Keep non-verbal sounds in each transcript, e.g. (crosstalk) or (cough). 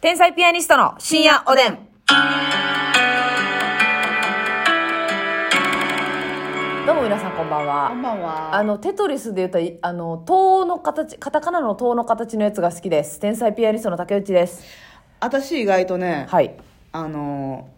天才ピアニストの深夜おでん。どうも皆さんこんばんこんは。ばんは。あの、テトリスで言った、あの、塔の形、カタカナの塔の形のやつが好きです。天才ピアニストの竹内です。私意外とね、はい。あの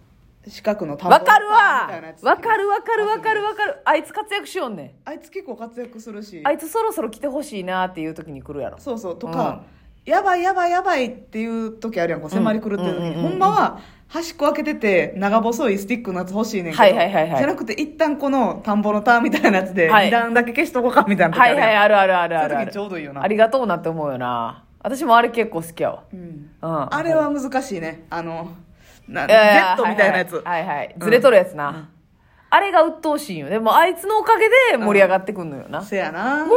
ー、四角の田んぼわかるわみたいなやつわかるわかるわかるわかる。あいつ活躍しよんねあいつ結構活躍するしん。、あいつそろそろ来てほしいなっていう時に来るやろ。そうそう、とか、やばいやばいやばいっていう時あるやん、こう迫り来るっていう時に、ほんまは、端っこ開けてて、長細いスティックのやつ欲しいねんけど、はいはいはいはいじゃなくて、一旦この田んぼのターンみたいなやつで、はい二段だけ消しとこうかみたいな時あはるいやんはい、あるあるあるあるそうあいう時るち。ょうどいいよな。ありがとうなって思うよな。私もあれ結構好きやわ。うんうん。あれは難しいね。あの、な、いやいや Z みたいなやつ。はいはいはいはいずれとるやつな、あれが鬱陶しいんよでもあいつのおかげで盛り上がってくんのよな、もせやな。ういらんって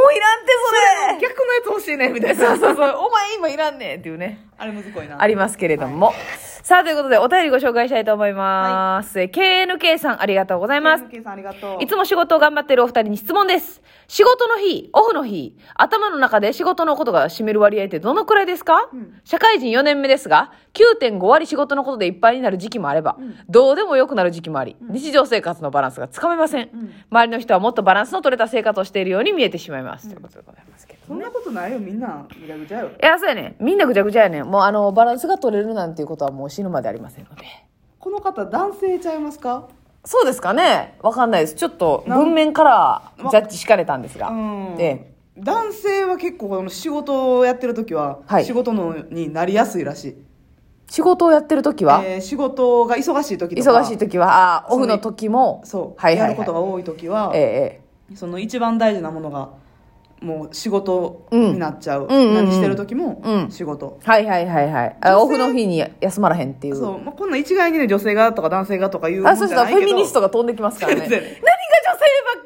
逆のやつ欲しいね、みたいそれな。 (laughs) そうそうそうお前今いらんねんっていうねあれむずこいな。ありますけれども、さあということでお便りご紹介したいと思います、え KNK さんありがとうございますケンさんありがとう。いつも仕事を頑張っているお二人に質問です。仕事の日、オフの日、頭の中で仕事のことが占める割合ってどのくらいですか、社会人4年目ですが、9.5割仕事のことでいっぱいになる時期もあれば、どうでもよくなる時期もあり、日常生活のバランスがつかめません,、周りの人はもっとバランスの取れた生活をしているように見えてしまいます。ということでございますけど。そんなことないよ、みんな。ぐちゃぐちゃよ。いや、そうやね。みんなぐちゃぐちゃやね。もうあの、バランスが取れるなんていうことはもう死ぬまでありませんので。この方、男性ちゃいますかそうですかねわかんないです。ちょっと文面からジャッジしかれたんですが。うん。ええ男性は結構、この仕事をやってる時は、はい仕事のになりやすいらしい。仕事をやってる時は、えー仕事が忙しい時とか。忙しい時はあーオフの時もそう。はいはい、はい、やることが多い時は、ええその一番大事なものが、もう仕事うんになっちゃうう。んうんうん何してる時もうん、仕事。ええはいはいはいはいあオ女性フの日に休まらへんっていうそう。まあ、こんなん一概にね、女性がとか男性がとか言うもんあじそゃしたらないフけど。ェミニストが飛んできますからね何全が然女性ばっか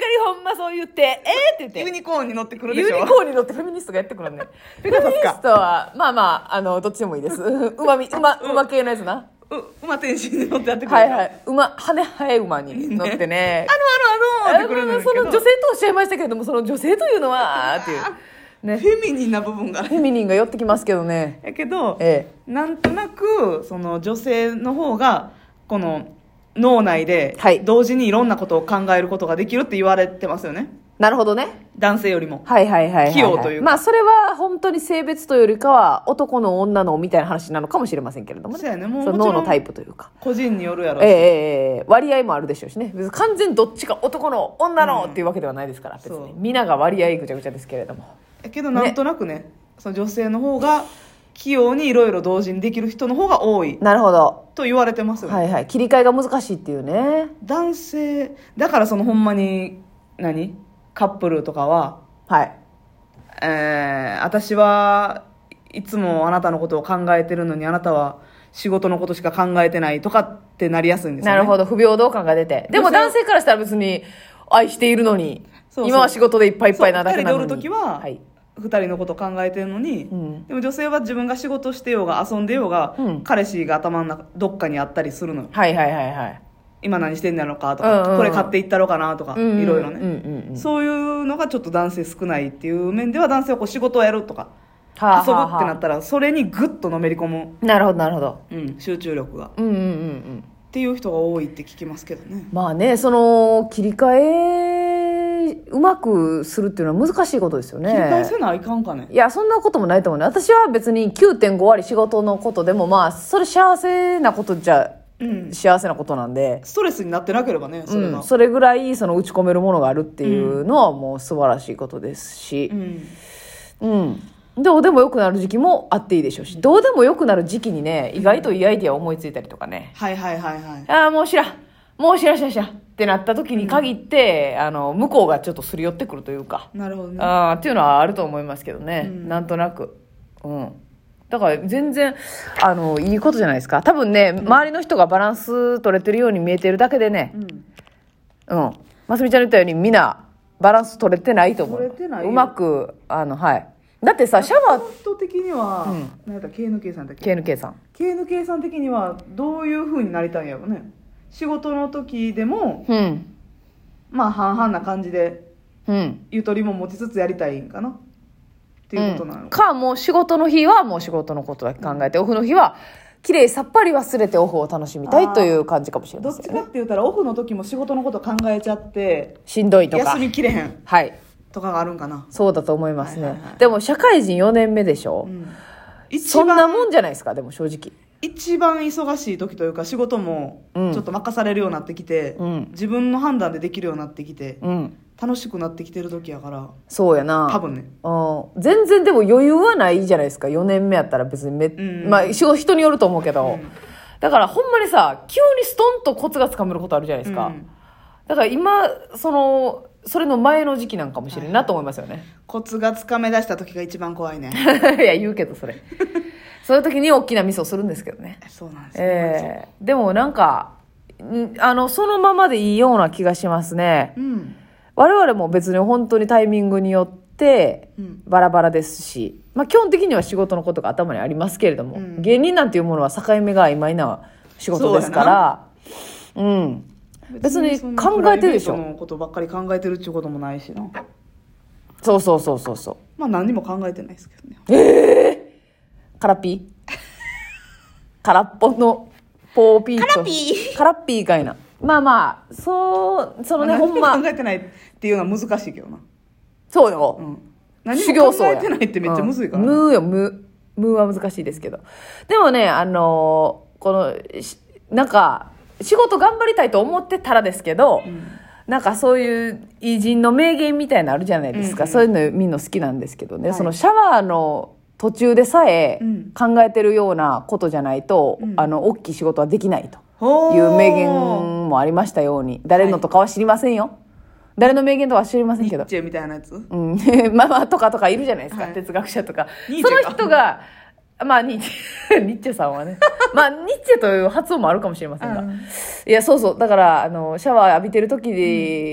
りほんまそう言ってええって言ユってニコーンに乗ってくるでユしニょ。コーンに乗ってフェミニストがやってくるねフペェガサミスニかストはまあまああのどっちでもいいです (laughs) うまみうまうま系のやつなう、馬天心に乗ってやってくる。はいはい馬羽生え馬に乗ってねあの、あの、あの、ってくるんだけそのど女性とおっしゃいましたけれどもその女性というのはっていうねフェミニンな部分が。フェミニンが寄ってきますけどねやけど、えなんとなく、その女性の方が、この、脳内ではい、同時にいろんなことを考えることができるって言われてますよねえ。なるほどね男性よりも。はいはいはいはい、はい。器用というかまあそれは本当に性別というよりかは男の女のみたいな話なのかもしれませんけれどもそうやねもうそのもちろ脳んのタイプというか。個人によるやろええし。ええ割合もあるでしょうしね。別に完全にどっちか男の女のっていうわけではないですから、別そにう。皆が割合ぐちゃぐちゃですけれども。やけど、なんとなくね、その女性の方が、器用にいろいろ同時にできる人の方が多いなるほど。と言われてますよね。はいはい。切り替えが難しいっていうね。男性、だからそのほんまに、何カップルとかは、はい。えー私はいつもあなたのことを考えてるのにあなたは仕事のことしか考えてないとかってなりやすいんですよ、なね、るほど。不平等感が出て。でも男性からしたら別に愛しているのに、そうそう今は仕事でいっぱいいっぱいなだけなのに。そう二人でおる時ははい。 2人のこと考えてるのに、んでも女性は自分が仕事してようが遊んでようが、うん彼氏が頭の中どっかにあったりするのよはいはいはいはい。今何してんだろうかとか、うんうんこれ買っていったろうかなとか、うんうんいろいろね、うんうんうんそういうのがちょっと男性少ないっていう面では男性はこう仕事をやるとか遊はあぶはあはあってなったらそれにグッとのめり込む、なるほどなるほどうん、集中力がうんうんうんうんっていう人が多いって聞きますけどねまあねその切り替えうまくするっていうのは難しいことですよね切り返せないかんかねいやそんなこともないと思うね私は別に9.5割仕事のことでもまあそれ幸せなことじゃ、うん幸せなことなんでストレスになってなければねそれうがん、それぐらいその打ち込めるものがあるっていうのはもう素晴らしいことですしう、んうん、どうでもよくなる時期もあっていいでしょうしどうでもよくなる時期にね意外といいアイディアを思いついたりとかね、はいはいはいはいああ、もう知らん。もう知らん知らん知らん。ってなった時に限って、あの、向こうがちょっとすり寄ってくるというか、なるほどねああ、っていうのはあると思いますけどね。うんなんとなく。うん。だから全然、あの、いいことじゃないですか。多分ね、周りの人がバランス取れてるように見えてるだけでねう、んうん。ますみちゃんの言ったように、みんな、バランス取れてないと思う。取れてないようまく、あの、はい。だってさ、シャワー、本当的には、うなんん、何やった KNK さんだっけ KNK さん。 KNK さん的にはどういうふうになりたいんやろうね仕事の時でもうん。まあ半々な感じでうん。ゆとりも持ちつつやりたいんかなっていうことなの、んかもう仕事の日はもう仕事のことだけ考えて、オフの日は綺麗さっぱり忘れてオフを楽しみたいという感じかもしれどまっせちんかねって言ったらオフの時も仕事のこと考えちゃってしんどいとか休みきれへんはいとかがあるんかな、そうだと思いますね、はいはいはいでも社会人4年目でしょ、うん、一そんな番もんじゃないですかでも正直一番忙しい時というか仕事もちうんょっと任されるようになってきて、うん自分の判断でできるようになってきてうん楽しくなってきてる時やからそうやな多分ねうん、全然でも余裕はないじゃないですか4年目やったら別にめ、んまあ仕事人によると思うけど、うんだからほんまにさ急にストンとコツがつかめることあるじゃないですか、うんだから今そのそれの前の時期なんかもしれんなと思いますよね、コツがつかめ出した時が一番怖い (laughs) ね (laughs) い、や言うけどそれ (laughs) そういう時に大きなミスをするんですけどねそうなんですよ、ええでもなんかんあのそのままでいいような気がしますねうん我々も別に本当にタイミングによってうんバラバラですし、まあ、基本的には仕事のことが頭にありますけれども、うん芸人なんていうものは境目が曖昧な仕事ですからうん別にそんな考えてるでしプライベートょのことばっかり考えてるっちゅうこともないしなそうそうそうそうそうまあ何にも考えてないですけどねカラピー (laughs) 空っぽのポーピーカラピーカラッピーかいなまあまあそうそのねまあほ何んにまも考えてないっていうのは難しいけどな、そうよ、うん、何修にも行僧考やえてないってめっちゃむずいからな、うん無よ無無は難しいですけどでもねあのーこのしなんか仕事頑張りたいと思ってたらですけど、なんかそういう偉人の名言みたいなのあるじゃないですか、うんうんそういうのみんな好きなんですけどね、はいそのシャワーの途中でさえうん考えてるようなことじゃないと、うんあの大きい仕事はできないとほーいう名言もありましたように誰のとかは知りませんよ、誰の名言とかは知りませんけどニッチェみたいなやつうん (laughs) ママとかとかいるじゃないですか、はい哲学者とか。そニーチェかの人が、まあ、ニッチェ、 (laughs) ニッチェさんはね。まあ、ニッチェという発音もあるかもしれませんが。うんいや、そうそう。だから、あの、シャワー浴びてる時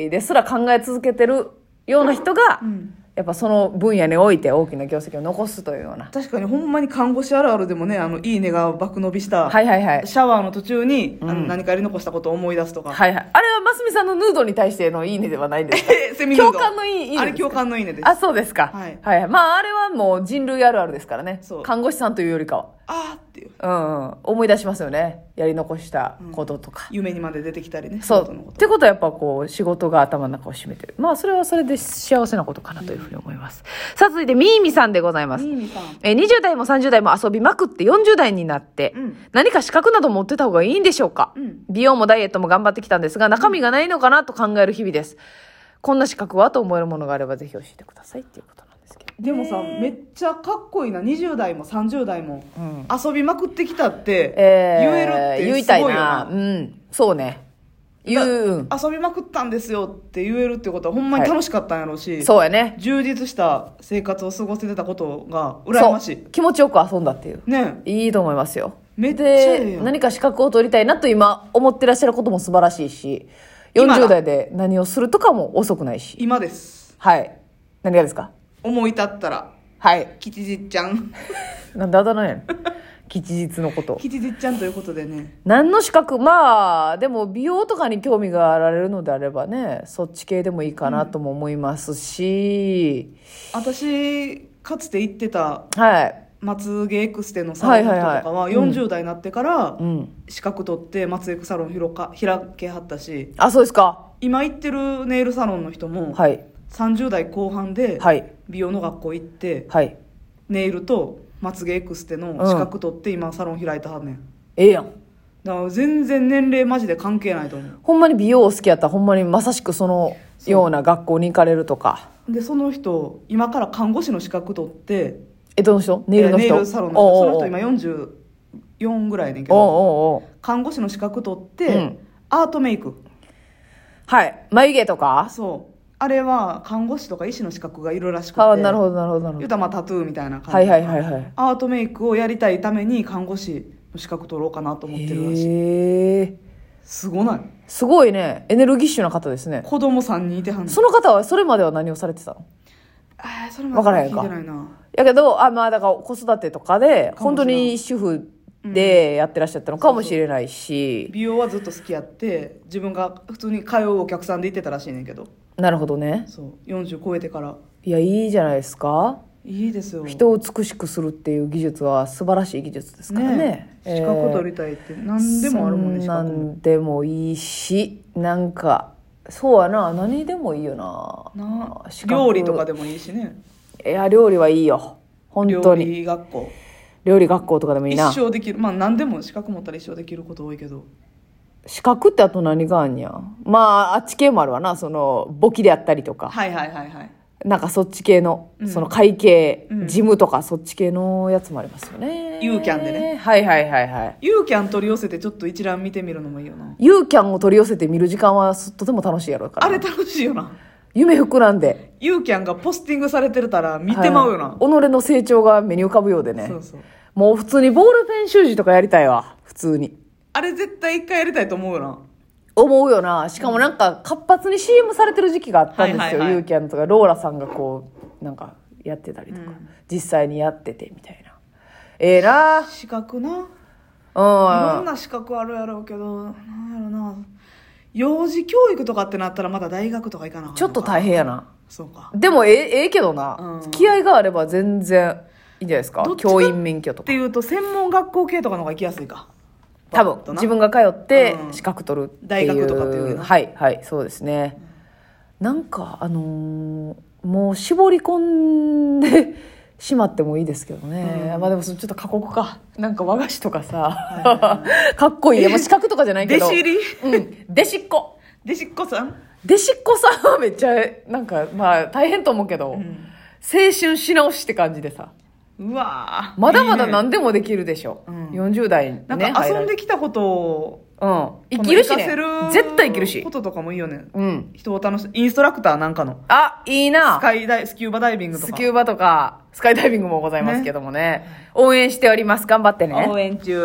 ですら考え続けてるような人が、うんやっぱその分野において大きな業績を残すというような。確かにほんまに看護師あるあるでもねあのいいねが爆伸びした、はいはいはい。シャワーの途中に、あのうん何かやり残したことを思い出すとか、はいはい。あれは、ますみさんのヌードに対してのいいねではないんですかセミヌード共感のいいいいねですかあれ共感のいいねですあ、そうですか。はいはいはい。まあ、あれはもう人類あるあるですからねそ。う看護師さんというよりかは。あーっていううんうん、思い出しますよねやり残したこととか、夢にまで出てきたりねそ仕事のうこっとてことはやっぱこう仕事が頭の中を占めてるまあそれはそれで幸せなことかなというふうに思います、さあ続いてみーみさんでございます、ミーミーさんえー20代も30代も遊びまくって40代になって、うん何か資格など持ってた方がいいんでしょうか、うん美容もダイエットも頑張ってきたんですが中身がないのかなと考える日々ですこんな資格はと思えるものがあればぜひ教えてくださいっていうことなんですけどでもさめっちゃかっこいいな20代も30代も、ん遊びまくってきたって言えーえるっ言ていすごたいいよなな,、うんそうね言ううん遊びまくったんですよって言えるってことはほんまに楽しかったんやろうし、そうやね充実した生活を過ごせてたことが羨ましそいう気持ちよく遊んだっていうねいいと思いますよめっちゃええでやん何か資格を取りたいなと今思ってらっしゃることも素晴らしいし今だ40代で何をするとかも遅くないし今ですはい何がですか思い立ったらはい吉日ちゃん (laughs) なんであだ名やねん (laughs) 吉日のこと吉日ちゃんということでね何の資格まあでも美容とかに興味があられるのであればねそっち系でもいいかなとも思いますし、私かつて行ってたはいまつげエクステのサロンの人とかははいはいはいうん40代になってからうん資格取ってまつげサロン広か開けはったしあそうですか今行ってるネイルサロンの人もはい30代後半ではい美容の学校行ってはいネイルとまつげエクステの資格取って今サロン開いてはんねんええやんだから全然年齢マジで関係ないと思うほんまに美容好きやったらほんまにまさしくそのような学校に行かれるとかでその人今から看護師の資格取ってえどの人ネイルの人えーネイルサロンの人おうおうおうその人今44ぐらいやねんけおどうおうおう看護師の資格取って、うんアートメイクはい眉毛とあかそうあれは看護師とか医師の資格がいるらしくてあなるほどなるほどなるほ言うどたらまあタトゥーみたいな感じ、はいはいはいはいアートメイクをやりたいために看護師の資格取ろうかなと思ってるらしいへえすごないすごいねエネルギッシュな方ですね子供さんにいてはんのその方はそれまでは何をされてたのあーそれわまでからへん聞かいてないなやけどあまあだから子育てとかでかもしれん本当に主婦でやってらっしゃったのかもしれないし、美容はずっと好きやって自分が普通に通うお客さんで行ってたらしいねんけどなるほどねそう40超えてからいやいいじゃないですかいいですよ人を美しくするっていう技術は素晴らしい技術ですからねねえー資格取りたいって何でもあるもんね資そ格んもなんでもいいしなんかそうやな何でもいいよななあ資格料理とかでもいいしねいや料理はいいよ本料当に料理理学校学校とかでもいい一な生できるまあ何でも資格持ったら一生できること多いけど資格ってあと何があんにゃまああっち系もあるわなその簿記であったりとかはいはいはいはいなんかそっち系の、うんその会計、うん事務とかそっち系のやつもありますよね。ユーキャンでね。はいはいはいはい。ユーキャン取り寄せてちょっと一覧見てみるのもいいよなユーキャンを取り寄せて見る時間はすとても楽しいやろうから。あれ楽しいよな夢膨らんで。ユーキャンがポスティングされてるたら見てまうよな、はい己の成長が目に浮かぶようでねそ。うそうもう普通にボールペン習字とかやりたいわ。普通に。あれ絶対一回やりたいと思うよな思うよな。しかもなんか活発に CM されてる時期があったんですよ。はいはいはいユーキャンとか、ローラさんがこう、なんかやってたりとか、実際にやっててみたいな。ええなうん。資格なあいろんな資格あるやろうけどなんやろな幼児教育とかってなったらまた大学とか行かなあかんちょっと大変やな。そうかでもええええけどな、うん気合があれば全然いいんじゃないですかどっちか教員免許とってかいうと専門学校系とかの方が行きやすいか多パッ分とな自分が通ってうん資格取るっていう、大学とかっていうよりなはいはいそうですね、なんかあのーもう絞り込んで (laughs) しまってもいいですけどね、まあでもそれちょっと過酷かなんか和菓子とかさ、 (laughs) かっこいいいやまあ資格とかじゃないけ弟ど子入りうん弟子っ子弟子っ子さん弟子っ子さんはめっちゃなんかまあ大変と思うけど、ん青春し直しって感じでさうわーまだまだいいね何でもできるでしょ。うん40代にね。なんか入ら遊れんできたことをうん。生きるしねこの活か。せる絶対生きるしこ。ととかもいいよねうん。人を楽しインストラクターなんかのあ、いいスな。カイダイスキューバダイビングとスかキューバとか、スカイダイビングもございますけどもね。応援しております。頑張ってね。応援中